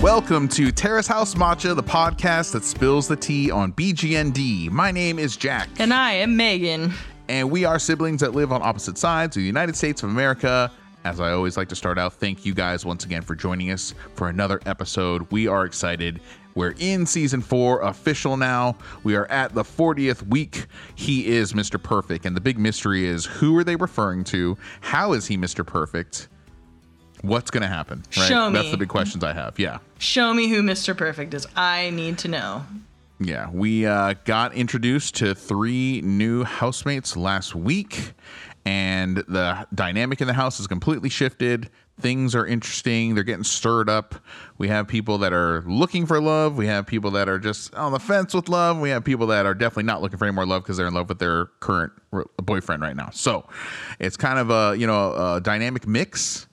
welcome to Terrace House Matcha, the podcast that spills the tea on BGND. My name is Jack, And I am Megan. and we are siblings that live on opposite sides of the United States of America. As I always like to start out, thank you guys once again for joining us for another episode. We are excited. We're in season four, official now. We are at the 40th week. He is Mr. Perfect. And the big mystery is who are they referring to? How is he Mr. Perfect? What's going to happen? Show That's me. the big questions I have. Yeah. Show me who Mr. Perfect is. I need to know. Yeah, we uh, got introduced to three new housemates last week, and the dynamic in the house is completely shifted. Things are interesting. They're getting stirred up. We have people that are looking for love. We have people that are just on the fence with love. We have people that are definitely not looking for any more love because they're in love with their current r- boyfriend right now. So it's kind of a you know a dynamic mix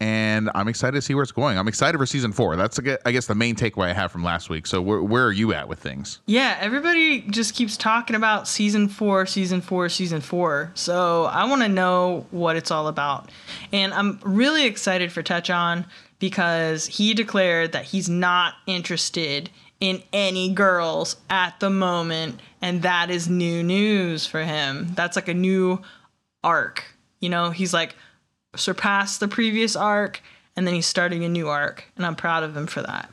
and I'm excited to see where it's going. I'm excited for season four. That's I guess the main takeaway I have from last week. So where where are you at with things? Yeah, everybody just keeps talking about season four, season four, season four. So I want to know what it's all about. And I'm really excited for Touch On because he declared that he's not interested in any girls at the moment. And that is new news for him. That's like a new arc. You know, he's like surpassed the previous arc and then he's starting a new arc. And I'm proud of him for that.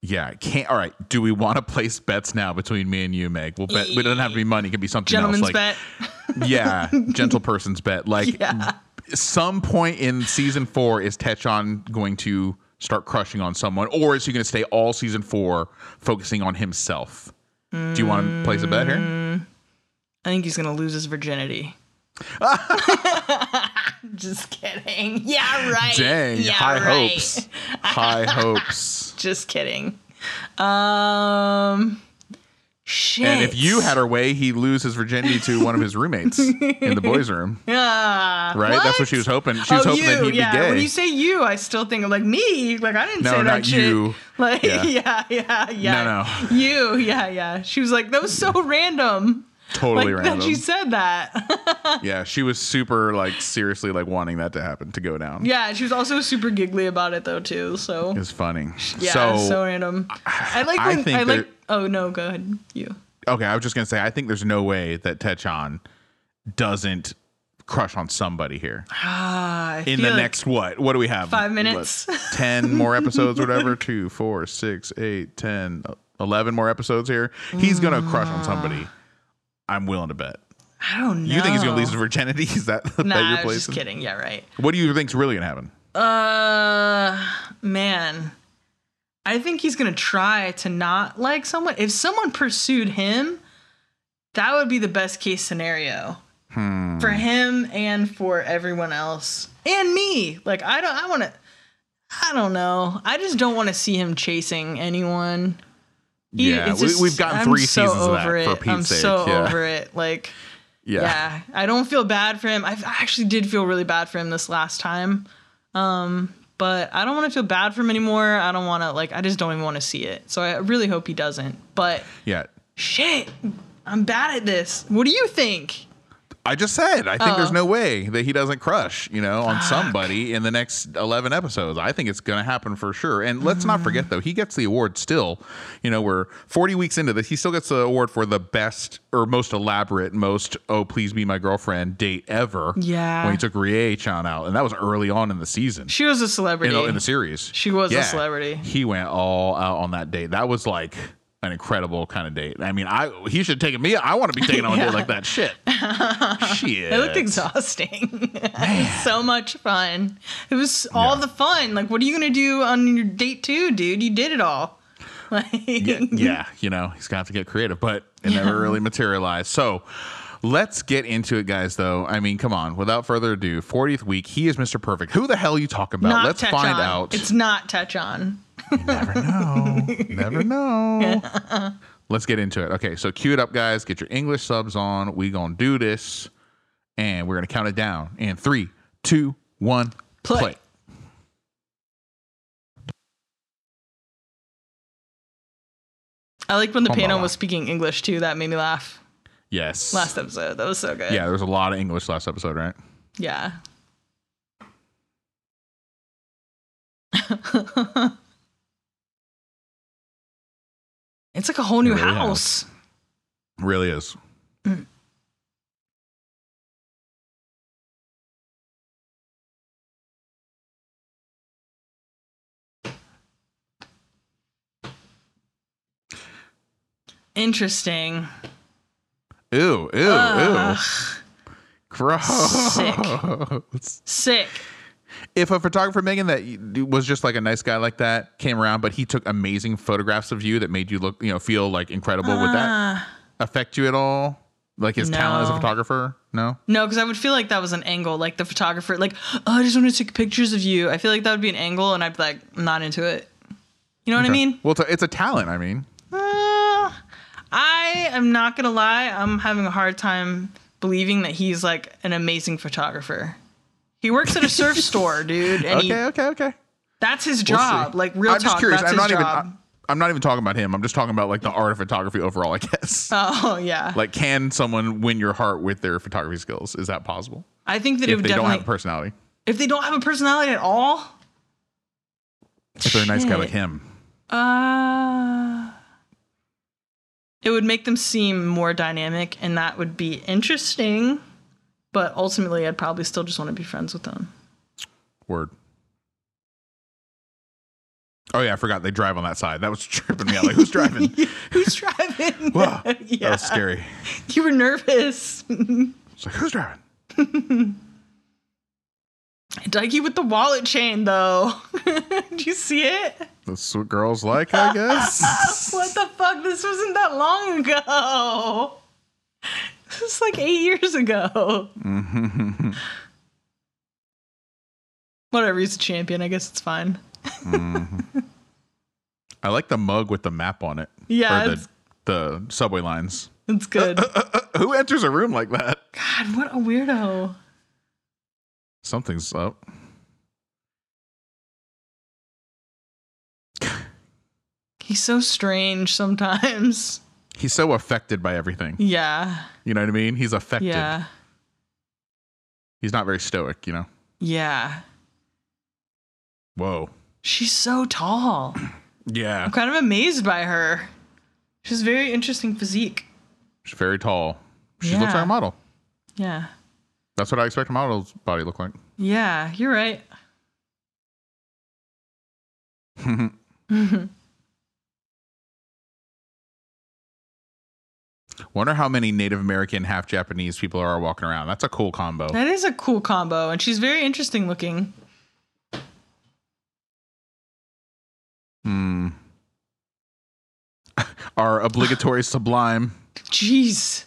Yeah, I can't. All right, do we want to place bets now between me and you, Meg? We'll bet. It doesn't have to be money. It could be something E, Gentleman's else. Like bet. yeah, gentle person's bet. Like Yeah. some point in season four is Techon going to start crushing on someone, or is he going to stay all season four focusing on himself? Do you want to place a bet Mm. here? I think he's gonna lose his virginity. Just kidding. Yeah, right. Dang, yeah, high right. hopes. High hopes. Just kidding. Um, shit. And if you had her way, he'd lose his virginity to one of his roommates in the boys' room, Ah, right? That's what she was hoping. She was oh, hoping you, that he'd yeah. be gay. When you say you, I still think of like me. Like I didn't No, say that not shit. you. Like Yeah. yeah, yeah, yeah. No, You, yeah, yeah. She was like, that was so random. totally like that random. she said that. yeah, she was super like seriously like wanting that to happen to go down. yeah, and she was also super giggly about it though too. So It's funny. Yeah, so, so, random. I like I when I, think like. that- Oh no, go ahead. You. okay, I was just gonna say I think there's no way that Techon doesn't crush on somebody here Ah, I in feel the like next what? What do we have? five minutes. What, Ten more episodes, whatever. Two, four, six, eight, ten, eleven more episodes here. He's gonna crush on Mm. somebody. I'm willing to bet. I don't know. You think he's gonna lose his virginity? Is that the Nah, bet you're I was just placing? kidding. Yeah, right. What do you think's really gonna happen? Uh, man, I think he's gonna try to not like someone. If someone pursued him, that would be the best case scenario Hmm. for him and for everyone else and me. Like I don't. I want to. I don't know. I just don't want to see him chasing anyone. He- yeah, it's we, just- we've gotten I'm three so seasons of that over it. for Pete's I'm sake. so yeah. over it. Like, yeah, yeah. I don't feel bad for him. I've, I actually did feel really bad for him this last time, um, but I don't want to feel bad for him anymore. I don't want to like. I just don't even want to see it. So I really hope he doesn't. But yeah. shit, I'm bad at this. What do you think? I just said I think there's no way that he doesn't crush, you know, on somebody in the next eleven episodes. I think it's gonna happen for sure. And let's not forget though, he gets the award still. You know, we're forty weeks into this, he still gets the award for the best or most elaborate, most oh please be my girlfriend date ever. Yeah. when he took Rie Chan out, and that was early on in the season. She was a celebrity. in, the- in the series. She was a celebrity. He went all out on that date. That was like an incredible kind of date. I mean, I he should take me. I want to be taken on a date like that. Shit. Shit. It looked exhausting. so much fun. It was all the fun. Like, what are you gonna do on your date two, dude? You did it all. Like, yeah, yeah, you know, he's gonna have to get creative, but it never really materialized. So let's get into it, guys, though. I mean, come on, without further ado, 40th week, he is Mr. Perfect. Who the hell are you talking about? not let's touch find on. out. It's not touch on. Never know. Never know. Let's get into it. Okay, so cue it up, guys. Get your English subs on. We gonna do this, and we're gonna count it down. And three, two, one, Play. I like when the Come panel on. was speaking English too. That made me laugh. Yes. Last episode, that was so good. yeah, there was a lot of English last episode, right? Yeah. It's like a whole new It really house. Really is. Interesting. Ew, ew, Ugh. ew. Gross. Sick. Sick. If a photographer, Megan, that you- was just like a nice guy like that came around, but he took amazing photographs of you that made you look, you know, feel like incredible, would that Ah. affect you at all? Like his talent as a No. photographer? No? No, because I would feel like that was an angle. Like the photographer, like, oh, I just want to take pictures of you. I feel like that would be an angle, and I'd be like, I'm not into it. You know what I mean? Well, it's a, it's a talent, I mean. Uh, I am not gonna lie. I'm having a hard time believing that he's like an amazing photographer. He works at a surf store, dude, and Okay, he, okay, okay. that's his We'll see. job. ah, Like real I'm talk, just curious. that's I'm his not even. job. I, I'm not even talking about him. I'm just talking about like the art of photography overall. I guess. oh yeah, uh, like, can someone win your heart with their photography skills? Is that possible? I think that it If would they don't definitely have a personality, if they don't have a personality at all. if they're a nice guy like Shit. him, Uh, it would make them seem more dynamic, and that would be interesting. But ultimately, I'd probably still just want to be friends with them. word. Oh yeah, I forgot they drive on that side. That was tripping me out. Like, who's driving? Who's driving? Whoa, that yeah, was scary. you were nervous. It's like, who's driving? Dougie with the wallet chain, though. Did you see it? That's what girls like, I guess. What the fuck? This wasn't that long ago. This was like eight years ago. Mm-hmm. Whatever, he's a champion. I guess it's fine. I like the mug with the map on it. Yeah, or it's- the, the subway lines. It's good. uh. Who enters a room like that? God, what a weirdo. Something's up. He's so strange sometimes. He's so affected by everything. Yeah. You know what I mean? He's affected. Yeah. He's not very stoic, you know? Yeah. Whoa. She's so tall. Yeah. I'm kind of amazed by her. She's very interesting physique. She's very tall. She looks Yeah. like a model. Yeah. That's what I expect a model's body to look like. Yeah, you're right. Wonder how many Native American, half Japanese people are walking around. That's a cool combo. That is a cool combo, and she's very interesting looking. Hmm. Our obligatory sublime. Jeez.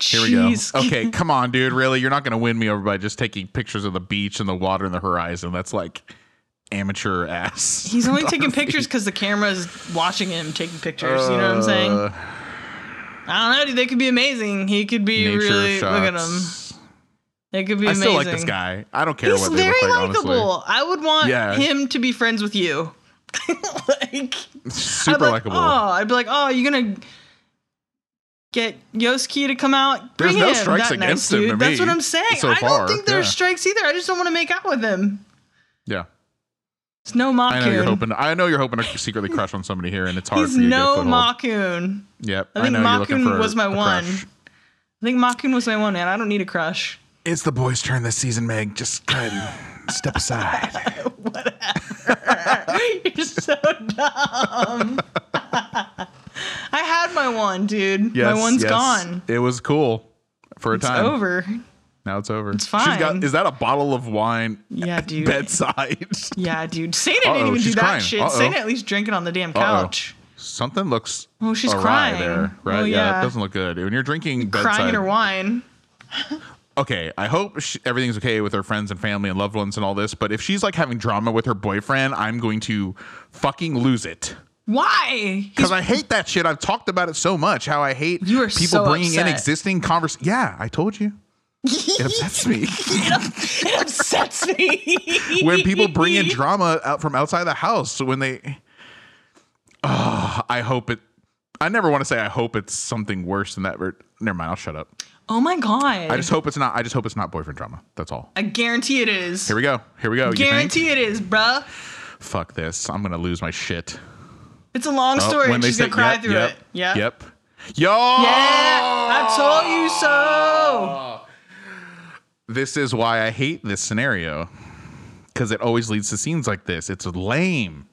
Here we go. Okay, come on, dude. Really? You're not going to win me over by just taking pictures of the beach and the water and the horizon. That's like amateur ass. He's only taking pictures because the camera is watching him taking pictures. you know what I'm saying? Uh, I don't know, dude. They could be amazing. He could be nature really. shots. Look at him. They could be I amazing. still like this guy. I don't care He's what they very look like, likable. I would want Yeah. him to be friends with you. like honestly. I'd be Super like, likable. Oh, I'd be like, oh, you're gonna get Yoski to come out. There's Bring no him. strikes that against nice him to dude. That's me what I'm saying. so I far, don't think there's yeah. strikes either. I just don't want to make out with him. Yeah. It's no I know you're Makun. hoping I know you're hoping to secretly crush on somebody here and it's hard He's for you to get a no foothold. Makun. Yep. I think know you're looking Makun for was my a one. crush. I think Makun was my one, man. I don't need a crush. It's the boys' turn this season, Meg. Just go ahead and step aside. you're so dumb. I had my one, dude. Yes, my one's yes. gone. It was cool for a It's time. over. Now it's over. It's fine. She's got, is that a bottle of wine Yeah, dude. bedside? Yeah, dude. Sana Uh-oh, didn't even do she's that crying. shit. Uh-oh. Sana at least drank it on the damn couch. Something looks. Oh, she's awry crying. there, right? Oh, yeah. yeah. it doesn't look good when you're drinking bedside. Crying her wine. okay, I hope she, everything's okay with her friends and family and loved ones and all this, but if she's like having drama with her boyfriend, I'm going to fucking lose it. Why? He's, Because I hate that shit. I've talked about it so much. How I hate You are people so bringing in upset. existing convers. Yeah, I told you. It upsets me it upsets me. when people bring in drama out from outside the house. So when they, oh, I hope it. I never want to say I hope it's something worse than that. But never mind. I'll shut up. Oh my god. I just hope it's not. I just hope it's not boyfriend drama. That's all. I guarantee it is. Here we go. Here we go. You think? guarantee it is, bruh. Fuck this. I'm gonna lose my shit. It's a long Oh, story. and she's say- gonna cry yep, through yep, it. Yeah. Yep. Oh. Yo. Yeah. I told you so. This is why I hate this scenario because it always leads to scenes like this. It's lame.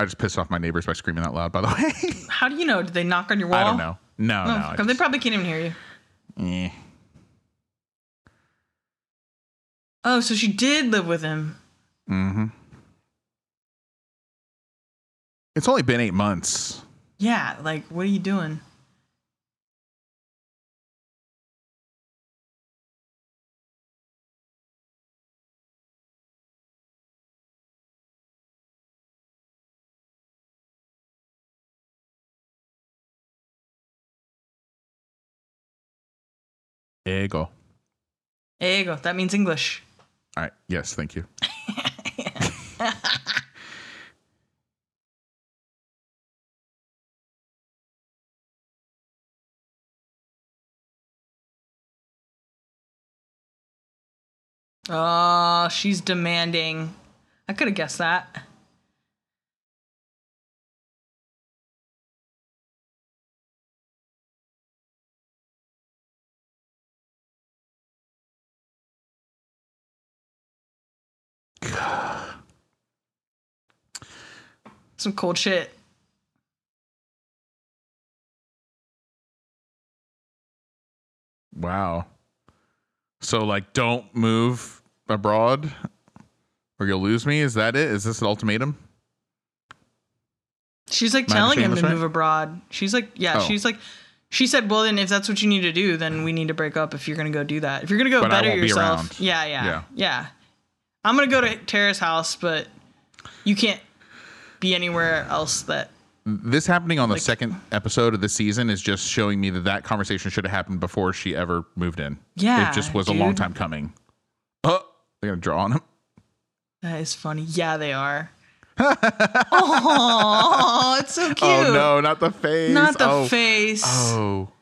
I just pissed off my neighbors by screaming out loud. By the way, How do you know? Did they knock on your wall? I don't know. No, Oh, no. I fuck 'em. They probably can't even hear you. just- eh. Oh, so she did live with him. Mm-hmm. It's only been eight months. Yeah. Like, what are you doing? There you go. All There you go. That means English. right. Yes. Thank you. Oh, she's demanding. I could have guessed that. Some cold shit. Wow. So like, don't move abroad, or you'll lose me. Is that it? Is this an ultimatum? She's like Am I telling him to understanding this move abroad. She's like, yeah, Oh. she's like, she said, well, then if that's what you need to do, then we need to break up. If you're gonna go do that, if you're gonna go But I better won't be around. yourself, yeah, yeah, Yeah. yeah, I'm gonna go to Tara's house, but you can't be anywhere else. That This happening on the second episode of the season is just showing me that that conversation should have happened before she ever moved in. Yeah, it just was a long dude. time coming. Oh, they're gonna draw on him. that is funny. Yeah, they are. oh, it's so cute. Oh no, not the face. Not the oh. face. Oh.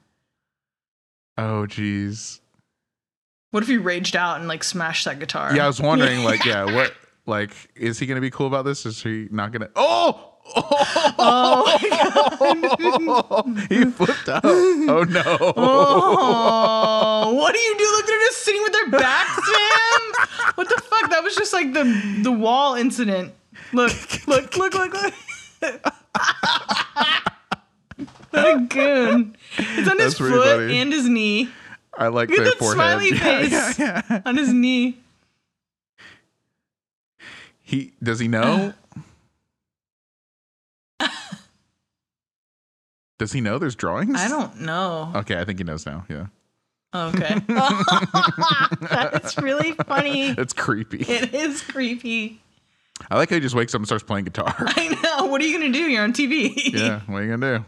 Oh jeez. What if he raged out and like smashed that guitar? Yeah, I was wondering, like, yeah, what, like, is he gonna be cool about this? Is he not gonna? Oh, Oh, he flipped out. Oh no. Oh, what do you do? Look, they're just sitting with their backs to him. What the fuck? That was just like the the wall incident. Look, look, look, look, look. that goon. It's on his That's pretty foot funny. and his knee. I like Look at their that forehead. smiley face. Yeah, yeah. On his knee. He does he know? does he know there's drawings? I don't know. Okay, I think he knows now. Yeah, Okay. That's really funny. it's creepy. It is creepy. I like how he just wakes up and starts playing guitar. I know. What are you gonna do? You're on TV. yeah, what are you gonna do?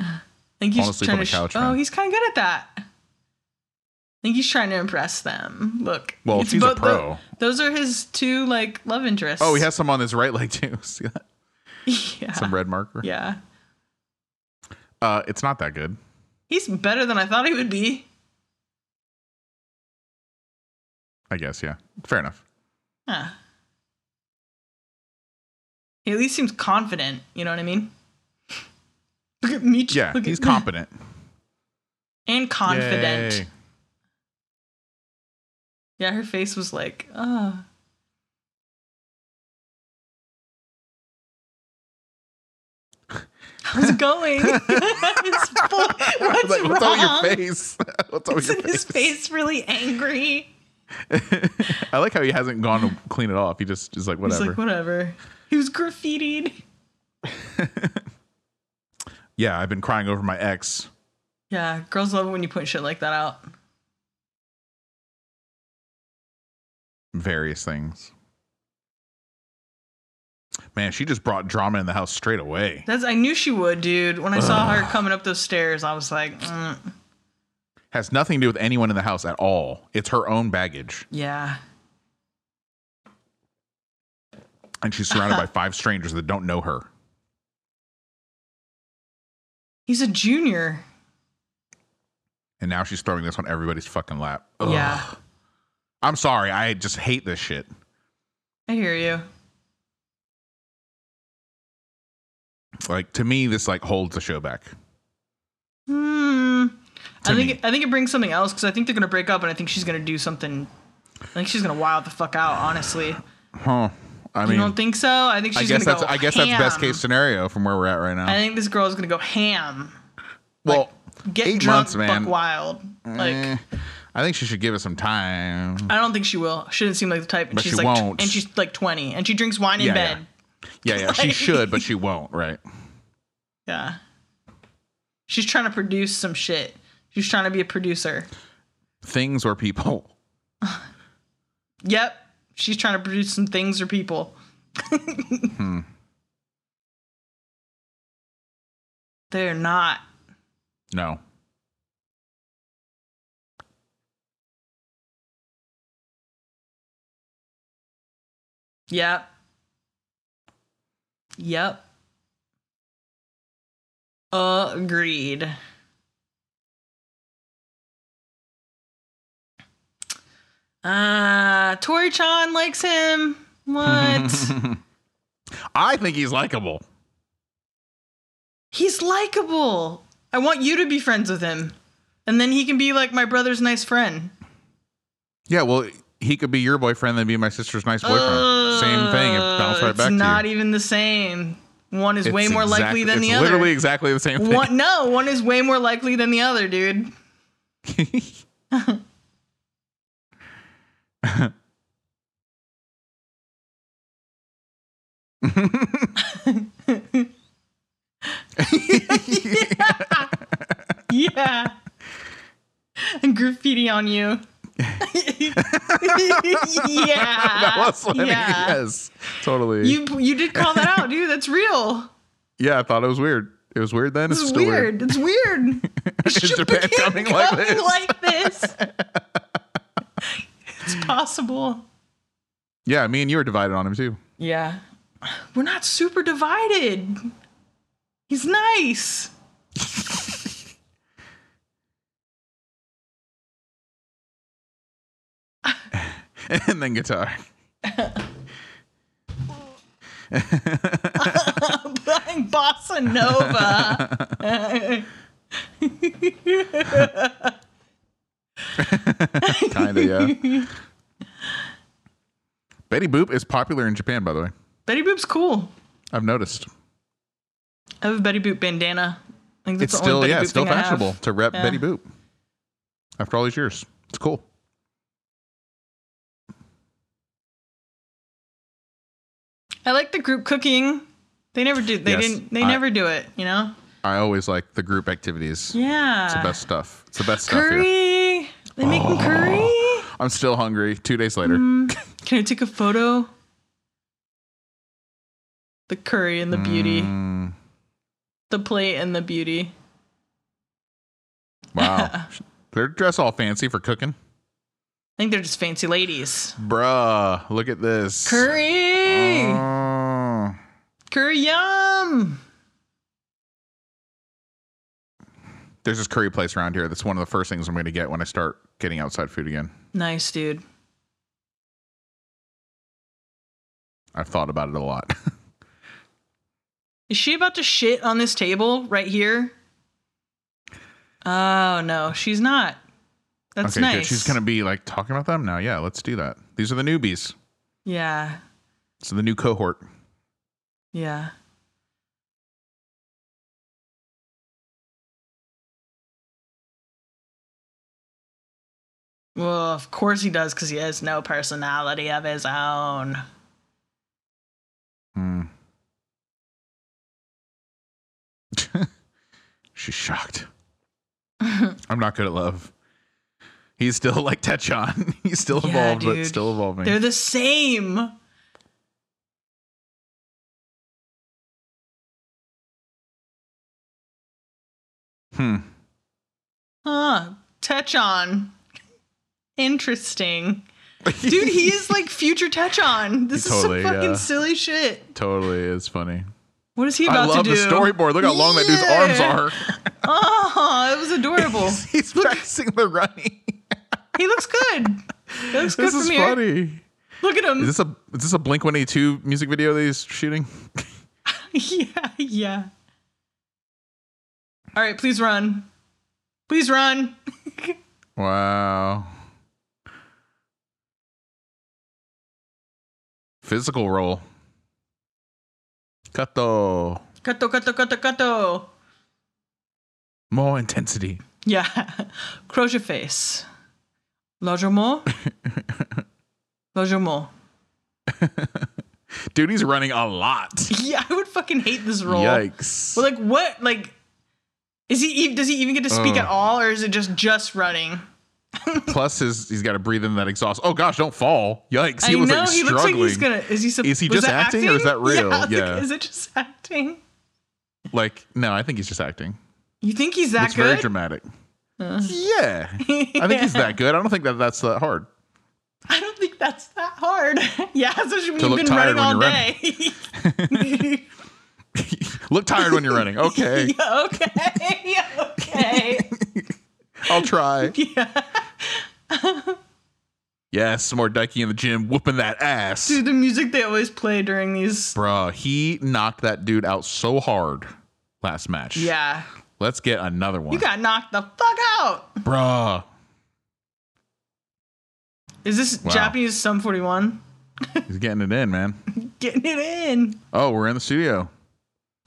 I think he's Honestly, trying from to. the couch, sh- oh, man. he's kind of good at that. I think he's trying to impress them. Look, Well, it's she's a both- tho- pro. those are his two like love interests. Oh, he has some on his right leg too. See that? yeah, Some red marker. yeah. Uh, it's not that good. He's better than I thought he would be. I guess. Yeah, fair enough. Huh. He at least seems confident. You know what I mean? Look at Meech. Yeah, look at- he's competent. and confident. Yay. Yeah, her face was like, oh. How's it going? His full- I what's was like, what's wrong? on your face? what's on your Isn't his face really angry? I like how he hasn't gone to clean it off. He just is like, whatever. He's like, whatever. He was graffitied. yeah, I've been crying over my ex. Yeah, girls love it when you point shit like that out. Various things. Man, she just brought drama in the house straight away. That's I knew she would, dude. When I saw her coming up those stairs, I was like, mm, Has nothing to do with anyone in the house at all. It's her own baggage. yeah. And she's surrounded by five strangers that don't know her. He's a junior. And now she's throwing this on everybody's fucking lap. Ugh. Yeah. I'm sorry. I just hate this shit. I hear you. like to me this like holds the show back. Hmm. I To think me. I think it brings something else because I think they're gonna break up and I think she's gonna do something. I think she's gonna wild the fuck out. Honestly, Huh. I you mean, don't think so? I think I she's guess gonna that's go. I guess that's ham. best case scenario from where we're at right now. I think this girl's gonna go ham, well, get Eight drunk, months, man. fuck wild. Like eh, I think she should give it some time. I don't think she will. Shouldn't seem like the type. And But she's she like, won't. and she's like twenty, and she drinks wine in Yeah, yeah. bed. Yeah, yeah, she should, but she won't, right? Yeah. She's trying to produce some shit. She's trying to be a producer. Things or people. Yep. She's trying to produce some things or people. They're not. No. Yep. Yep. Agreed. Ah, Tori Chan likes him. What? I think he's likable. He's likable. I want you to be friends with him. And then he can be like my brother's nice friend. Yeah, well, he could be your boyfriend, then be my sister's nice boyfriend. Same thing. It bounced right Uh, it's back not to you. even the same. One is way It's more exactly- likely than it's the literally other. exactly the same thing. One, no, one is way more likely than the other, dude. Yeah. And graffiti on you. yeah. that was funny. yeah. Yes, totally. You you did call that out, dude. That's real. yeah, I thought it was weird. It was weird then. It's it's still weird. weird. It's weird. Is Should Japan begin coming like this? like this? it's possible. Yeah, me and you are divided on him too. Yeah. We're not super divided. He's nice. and then guitar. Playing bossa nova. Kinda, yeah. Betty Boop is popular in Japan, by the way. Betty Boop's cool. I've noticed. I have a Betty Boop bandana. I think that's It's the only still Betty yeah, Boop it's still thing I have. fashionable to rep Yeah. Betty Boop. After all these years. It's cool. I like the group cooking. They never do. They Yes, didn't. They I- never do it. You know. I always like the group activities. Yeah. It's the best stuff. It's the best stuff here. Oh. curry. They make them curry. I'm still hungry. Two days later. Mm, Can I take a photo? The curry and the beauty. Mm, The plate and the beauty. wow. They're dressed all fancy for cooking. I think they're just fancy ladies. Bruh, look at this. Curry. Oh. Curry yum. There's this curry place around here that's one of the first things I'm going to get when I start getting outside food again. Nice, dude. I've thought about it a lot. Is she about to shit on this table right here? Oh no, she's not. That's okay, nice. good. She's going to be like talking about them now. Yeah, let's do that. These are the newbies. Yeah. So the new cohort. Yeah. Well, of course he does, because he has no personality of his own. Hmm. She's shocked. I'm not good at love. He's still like Techon. He's still Yeah, evolved, but dude. still evolving. They're the same. hmm. Huh. Techon. Interesting. Dude, he is like future Techon. This is Totally, some fucking yeah. silly shit. totally is funny. What is he I about love to the do? storyboard. Look how long that dude's arms Yeah. are. Oh, it was adorable. He's practicing the running. he looks good. He looks good this from is here. funny. Look at him. Is this a is this a Blink 182 music video that he's shooting? yeah, yeah. All right, please run. Please run. Wow. Physical roll. Kato. Kato, kato, kato, kato. More intensity. Yeah. Croche face. Logement. Logement. Dude, he's running a lot. Yeah, I would fucking hate this role. Yikes. Well, like what? Like, is he? ev- Does he even get to speak Ugh. at all, or is it just just running? Plus, his, he's got to breathe in that exhaust. Oh, gosh, don't fall. Yikes. He I was know like he struggling. looks like he's gonna. Is he? Sub- Is he was just that acting, or is that real? Yeah. I was like, Yeah. is it just acting? Like, no, I think he's just acting. You think he's that It's very good? Uh. dramatic. yeah. I think he's Yeah. that good. I don't think that that's that hard. I don't think that's that hard. yeah, especially when To you've look been tired running all when day. Look tired when you're running. Okay. yeah, okay. okay. I'll try. yes, more Dikey in the gym whooping that ass. Dude, the music they always play during these. Bruh, he knocked that dude out so hard last match. Yeah. Let's get another one. You got knocked the fuck out. Bruh. Is this Wow. Japanese Sum 41? He's getting it in, man. Getting it in. Oh, we're in the studio.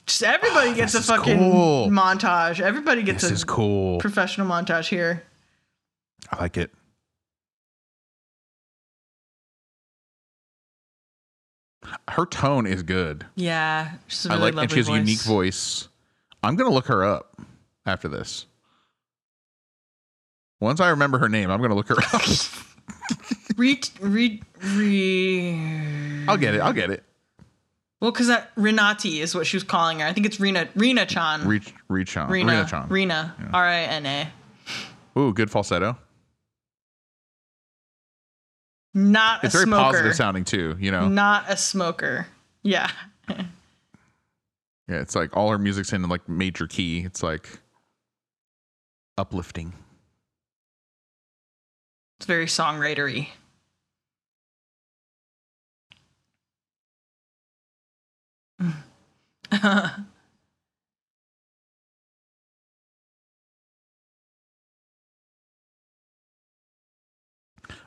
Just everybody gets a Oh, this is fucking cool. montage. Everybody gets This a is cool. professional montage here. I like it. Her tone is good. Yeah. She's a I really like, lovely and she has voice. a unique voice. I'm gonna look her up after this. Once I remember her name, I'm gonna look her up. Re, re, re. I'll get it. I'll get it. Well, because that Renati is what she was calling her. I think it's Rena Rena Chan. Reach, reach on. Rena Rena Chan. Rena. R I N A. Ooh, good falsetto. Not It's a very smoker. positive sounding too. You know, Not a smoker. Yeah. Mm-hmm. yeah. It's like all her music's in like major key. It's like uplifting. It's very songwritery.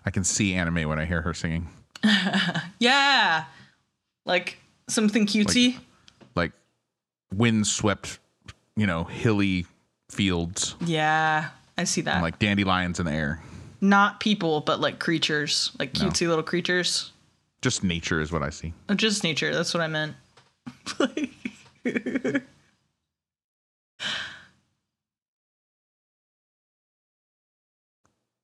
I can see anime when I hear her singing. yeah. Like something cutesy. like windswept, you know, hilly fields yeah. I see that. and like dandelions in the air. Not people, but like creatures. Like cutesy little creatures. Just nature is what I see. Oh, just nature. That's what I meant.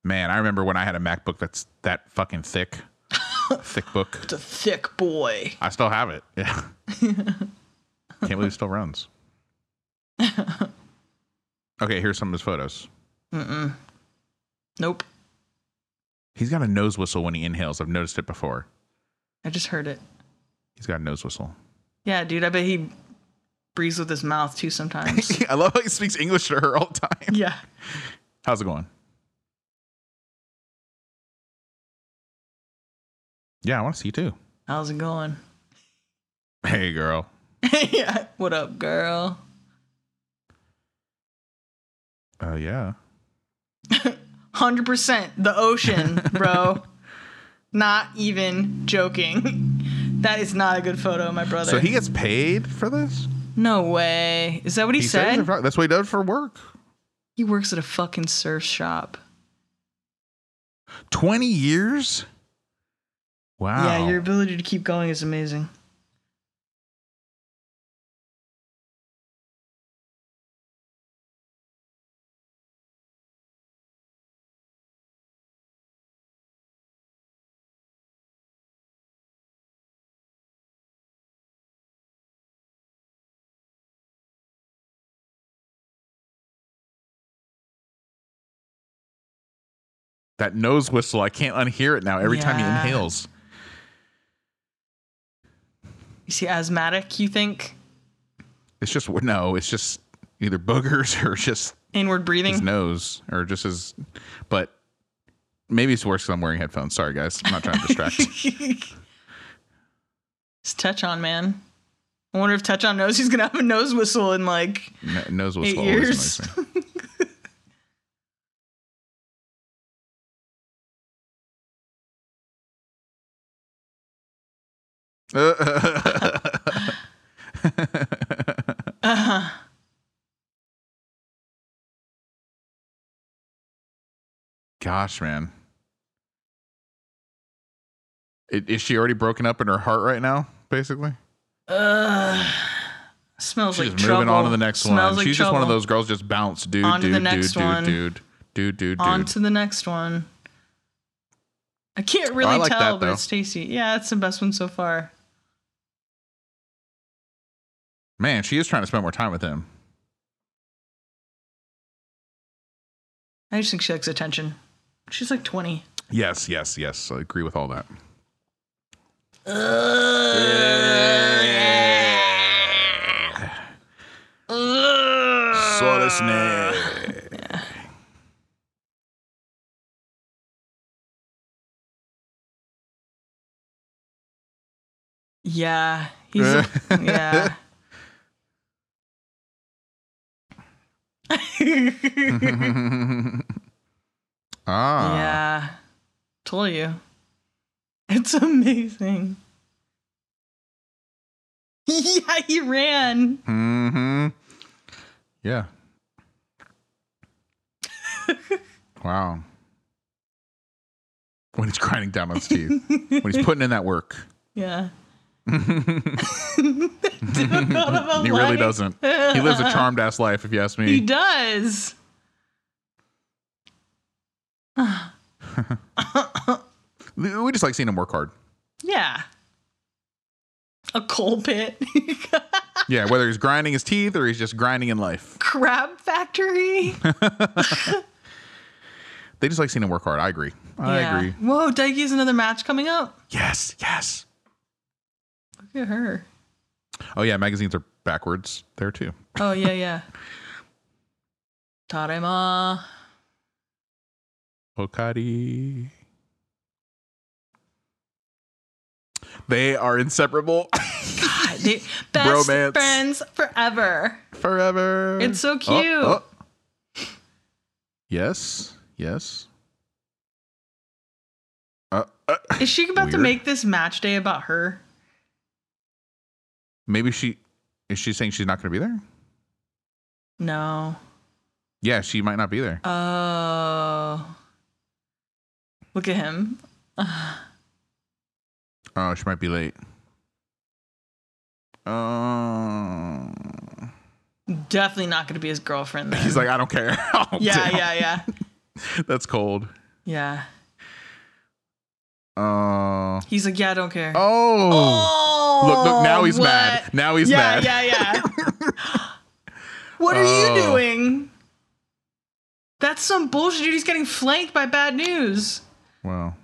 Man, I remember when I had a MacBook that's that fucking thick. thick book. it's a thick boy. I still have it. Yeah. Can't believe it still runs. Okay, here's some of his photos. Nope. He's got a nose whistle when he inhales. I've noticed it before. I just heard it. He's got a nose whistle. Yeah, dude. I bet he breathes with his mouth too sometimes. I love how he speaks English to her all the time. yeah. How's it going? Yeah, I want to see you too. How's it going? Hey, girl. yeah. What up, girl? Uh, yeah. Hundred percent the ocean, bro. not even joking. That is not a good photo, my brother. So he gets paid for this? no way. Is that what he, He says said? if I- that's what he does for work. he works at a fucking surf shop. 20 years? Wow. Yeah, your ability to keep going is amazing. that nose whistle, I can't unhear it now every time he Yeah. inhales. You see, asthmatic, you think? It's just, no, it's just either boogers or just Inward breathing? his nose or just his, but maybe it's worse because I'm wearing headphones. Sorry, guys. I'm not trying to distract. it's touch on, man. I wonder if Touchon knows he's gonna have a nose whistle in like Kn- knows what's eight always years. amazing. Uh-huh. Gosh, man. I- Is she already broken up in her heart right now, basically? Uh, smells She's like moving trouble. on to the next Smells one. like She's just one of trouble. those girls just bounce, dude, On to dude, the next dude, one. dude, dude, dude, dude, On dude. to the next one. I can't really Oh, like tell, that, but though. it's tasty. Yeah, it's the best one so far. Man, she is trying to spend more time with him. I just think she likes attention. She's like 20. Yes, yes, yes. I agree with all that. So Yeah. He's a, yeah. ah. Yeah. Told you. It's amazing. yeah, he ran. Mm-hmm. Yeah. wow. When he's grinding down on his teeth. when he's putting in that work. Yeah. he he really doesn't. He lives a charmed ass life, if you ask He me. does. We just like seeing him work hard. Yeah. A coal pit. Yeah, whether he's grinding his teeth or he's just grinding in life. Crab factory. They just like seeing him work hard. I agree. I Yeah. agree. Whoa, Dikey has another match coming up. Yes, yes. Look at her. Oh yeah, magazines are backwards there too. Oh yeah, yeah. Tarema. Hokari. They are inseparable God, they best Bromance. friends forever. forever. It's so Oh, cute. oh. Yes, yes. Uh, uh, Is she about to Weird. make this match day about her? maybe she is she saying she's not going to be there? No. Yeah, she might not be there. Oh. Look at him. Oh, she might be late. Oh. Definitely not going to be his girlfriend. Then. He's like, I don't care. Oh, yeah, damn. yeah, yeah, That's cold. yeah. Oh. He's like, yeah, I don't care. Oh. Oh, Look, look, now he's what? mad. Now he's yeah, mad. Yeah, yeah, what are Oh. you doing? That's some bullshit, dude. He's getting flanked by bad news. Wow.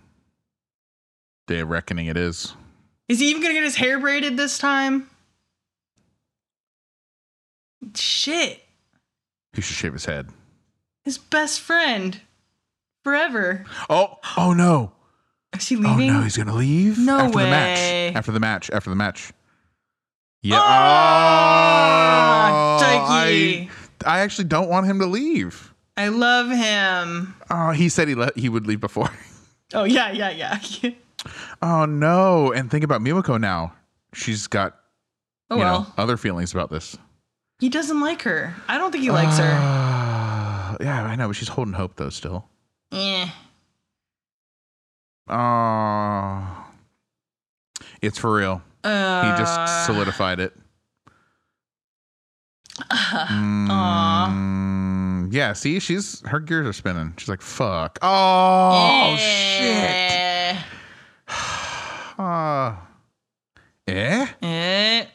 Day of reckoning it is. Is he even gonna get his hair braided this time? Shit. He should shave his head. His best friend. Forever. Oh, oh no. Is he Oh leaving? no, he's gonna leave. No after The way. match. After the match. After the match. Yeah. Ah, Oh, Dougie. I, I actually don't want him to leave. I love him. Oh, he said he le- he would leave before. Oh yeah, yeah, yeah. Oh no! And think about Mimiko now. She's got oh you well. know other feelings about this. He doesn't like her. I don't think he likes her. Ah, yeah, I know, but she's holding hope though still. Eh. Oh, it's for real. He Uh, just solidified it. Mm, yeah, see, she's her gears are spinning. She's like, "Fuck! Oh shit! Eh. Ah, eh? Eh.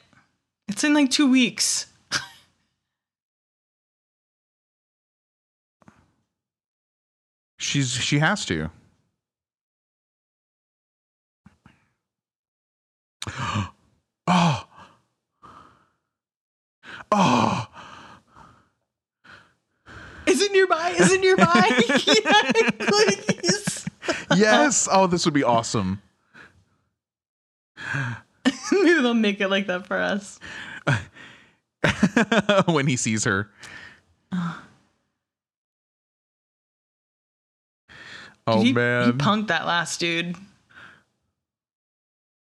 It's in like two weeks. She's she has to. Oh. Oh. Is it nearby? Is it nearby? yeah, like, he's- Yes. Oh, this would be awesome. Maybe they'll make it like that for us. when he sees her. Oh Dude, he, man. he punked that last dude.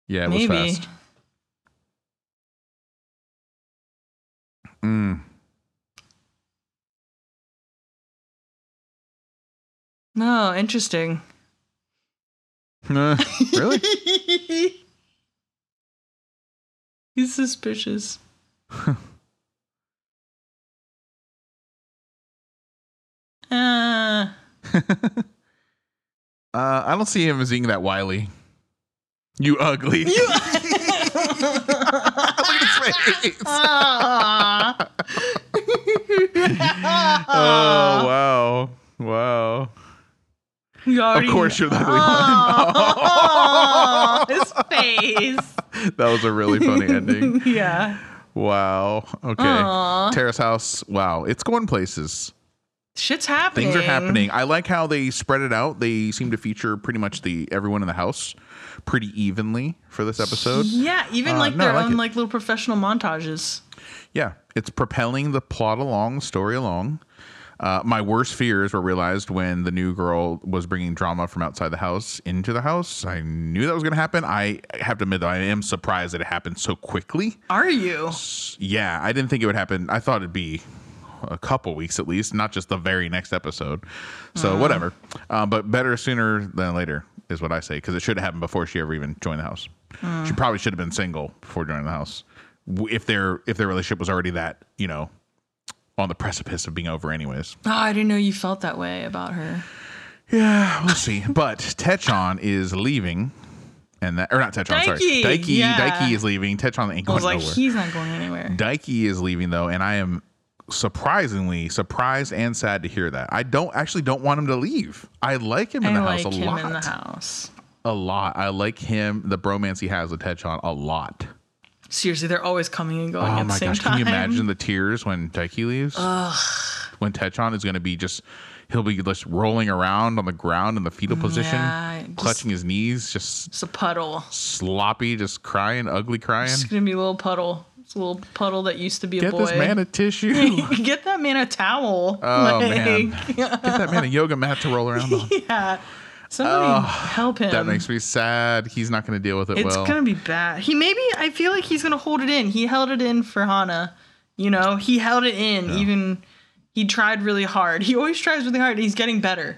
yeah, it Maybe. was fast. Mm. No, interesting. Uh, really? He's suspicious. uh, Uh, I don't see him as being that wily. You ugly. you. Look at his face. Ah. Uh. Oh wow, wow. You already- Of course you're the ugly Oh, his face. one. that was a really funny ending. yeah. Wow. Okay. Aw. Terrace House. Wow. It's going places. Shit's happening. Things are happening. I like how they spread it out. They seem to feature pretty much the everyone in the house pretty evenly for this episode. Yeah, even Uh, like no, I their like own it. like little professional montages. Yeah, it's propelling the plot along, the story along. Uh, my worst fears were realized when the new girl was bringing drama from outside the house into the house. I knew that was going to happen. I have to admit, though, I am surprised that it happened so quickly. Are you? Yeah, I didn't think it would happen. I thought it'd be a couple weeks at least, not just the very next episode. So whatever. Uh, but better sooner than later is what I say because it should have happened before she ever even joined the house. Hmm. She probably should have been single before joining the house w- if their if their relationship was already that you know on the precipice of being over anyways. Oh, I didn't know you felt that way about her. Yeah, we'll see. But Techon is leaving. And that, or not Techon, sorry. Daiki, Daiki, yeah. Daiki is leaving. Techon ain't I going was like, nowhere. he's not going anywhere. Dikey is leaving though, and I am surprisingly surprised and sad to hear that. I don't actually don't want him to leave. I like him in I the like house a him lot. in the house. A lot. I like him, the bromance he has with Techon a lot. Seriously, they're always coming and going Oh at the my same gosh, time. can you imagine the tears when Dikey leaves? When Techon is gonna be just he'll be just rolling around on the ground in the fetal position, Yeah, just- clutching his knees, just It's a puddle. sloppy, just crying, ugly crying. It's gonna be a little puddle. It's a little puddle that used to be Get a boy. this man a tissue. Get that man a towel. Oh, man. Get that man a yoga mat to roll around on. Yeah. Somebody help him. Oh, That makes me sad. He's not going to deal with it It's well. gonna be bad. He maybe I feel like he's gonna hold it in. He held it in for Hana. You know, he held it in. Even he tried really hard. He always tries really hard. He's getting better.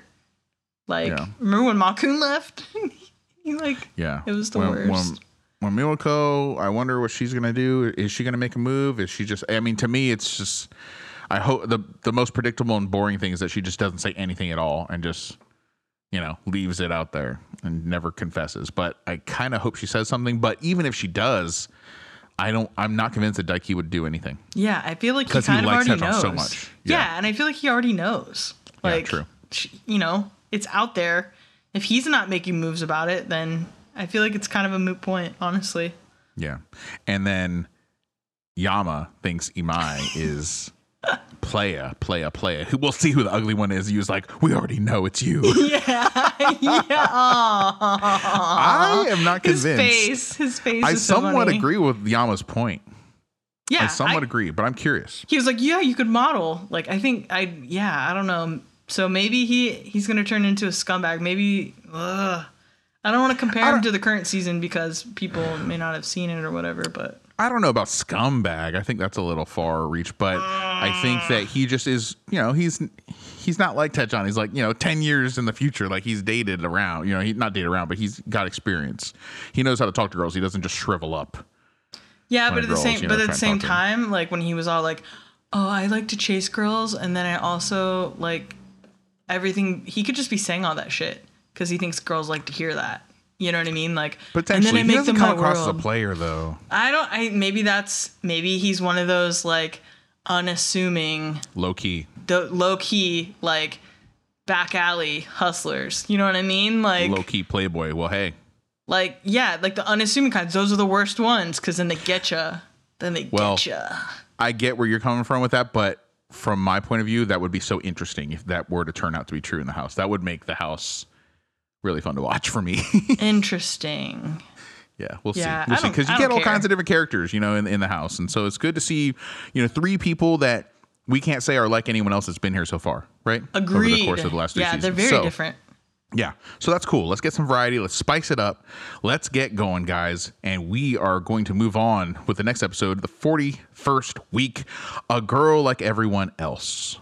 Like Yeah. remember when Makun left? he like yeah, It was the when, worst. When, when Miyako, I wonder what she's going to do. Is she going to make a move? Is she just? I mean, to me, it's just. I hope the the most predictable and boring thing is that she just doesn't say anything at all and just, you know, leaves it out there and never confesses. But I kind of hope she says something. But even if she does, I don't. I'm not convinced that Daiki would do anything. Yeah, I feel like he 'Cause he kind of likes already Hedron knows. so much. Yeah. Yeah. and I feel like he already knows. Yeah, Like, true. sh- you know, it's out there. If he's not making moves about it, then I feel like it's kind of a moot point, honestly. Yeah. And then Yama thinks Imai is playa, playa, playa. Who we'll see who the ugly one is. He was like, We already know it's you. Yeah, yeah. aw. I am not His convinced. face, his face. I is so somewhat funny. agree with Yama's point. Yeah, I somewhat I- agree, but I'm curious. He was like, "Yeah, you could model." Like, I think I, yeah, I don't know. So maybe he he's gonna turn into a scumbag. Maybe, ugh. I don't want to compare him to the current season because people may not have seen it or whatever. But I don't know about scumbag. I think that's a little far reach, but I think that he just is, you know, he's he's not like Tetchan. He's like, you know, 10 years in the future, like he's dated around, you know, he not dated around, but he's got experience. He knows how to talk to girls. He doesn't just shrivel up. Yeah, when but a at the girl's, same you know, but at the trying same to talk to time, like when he was all like, "Oh, I like to chase girls," and then I also like everything. He could just be saying all that shit because he thinks girls like to hear that. You know what I mean? Like, and Potentially, then I he make doesn't them come my across as a world. player though. I don't. I maybe that's maybe he's one of those like unassuming, Low key, the low key like back alley hustlers. You know what I mean? Like, low key playboy. Well, hey, like yeah, like the unassuming kinds. Those are the worst ones because then they get ya. Then they Well, get ya. I get where you're coming from with that, but from my point of view, that would be so interesting if that were to turn out to be true in the house. That would make the house really fun to watch for me. Interesting. Yeah, we'll Yeah, see. We'll I see don't- because you I get don't all kinds care. of different characters, you know, in in the house, and so it's good to see, you know, three people that we can't say are like anyone else that's been here so far, right? Agreed. Over the course of the last two yeah, seasons. they're very So, different. Yeah, so that's cool. Let's get some variety. Let's spice it up. Let's get going, guys. And we are going to move on with the next episode, the forty-first week, a girl like everyone else.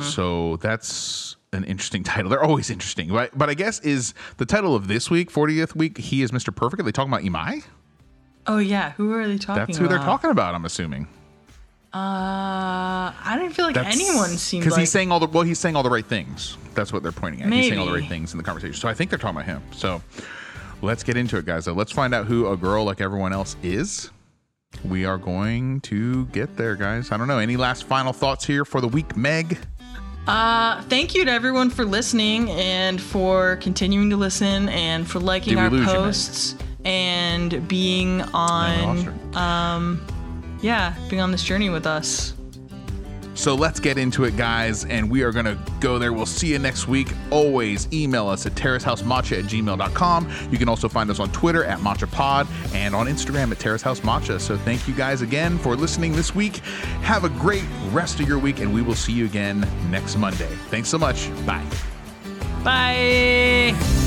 So that's an interesting title. They're always interesting, right? But I guess is the title of this week, 40th week, he is Mr. Perfect. Are they talking about Imai? Oh yeah, who are they talking? That's who they're about? talking about. I'm assuming. Uh, I didn't feel like That's, anyone seemed because like he's saying all the well, he's saying all the right things. That's what they're pointing at. He's saying all the Maybe. right things in the conversation. So I think they're talking about him. So let's get into it, guys. So let's find out who a girl like everyone else is. We are going to get there, guys. I don't know. Any last final thoughts here for the week, Meg? Uh, thank you to everyone for listening and for continuing to listen and for liking Did we our lose you, Meg? posts and being I on lost her. yeah being on this journey with us So let's get into it, guys, and we are going to go there. We'll see you next week. Always email us at terracehousematcha at gmail.com. You can also find us on Twitter at MatchaPod and on Instagram at terracehousematcha. So thank you guys again for listening this week. Have a great rest of your week, and we will see you again next Monday. Thanks so much. Bye. bye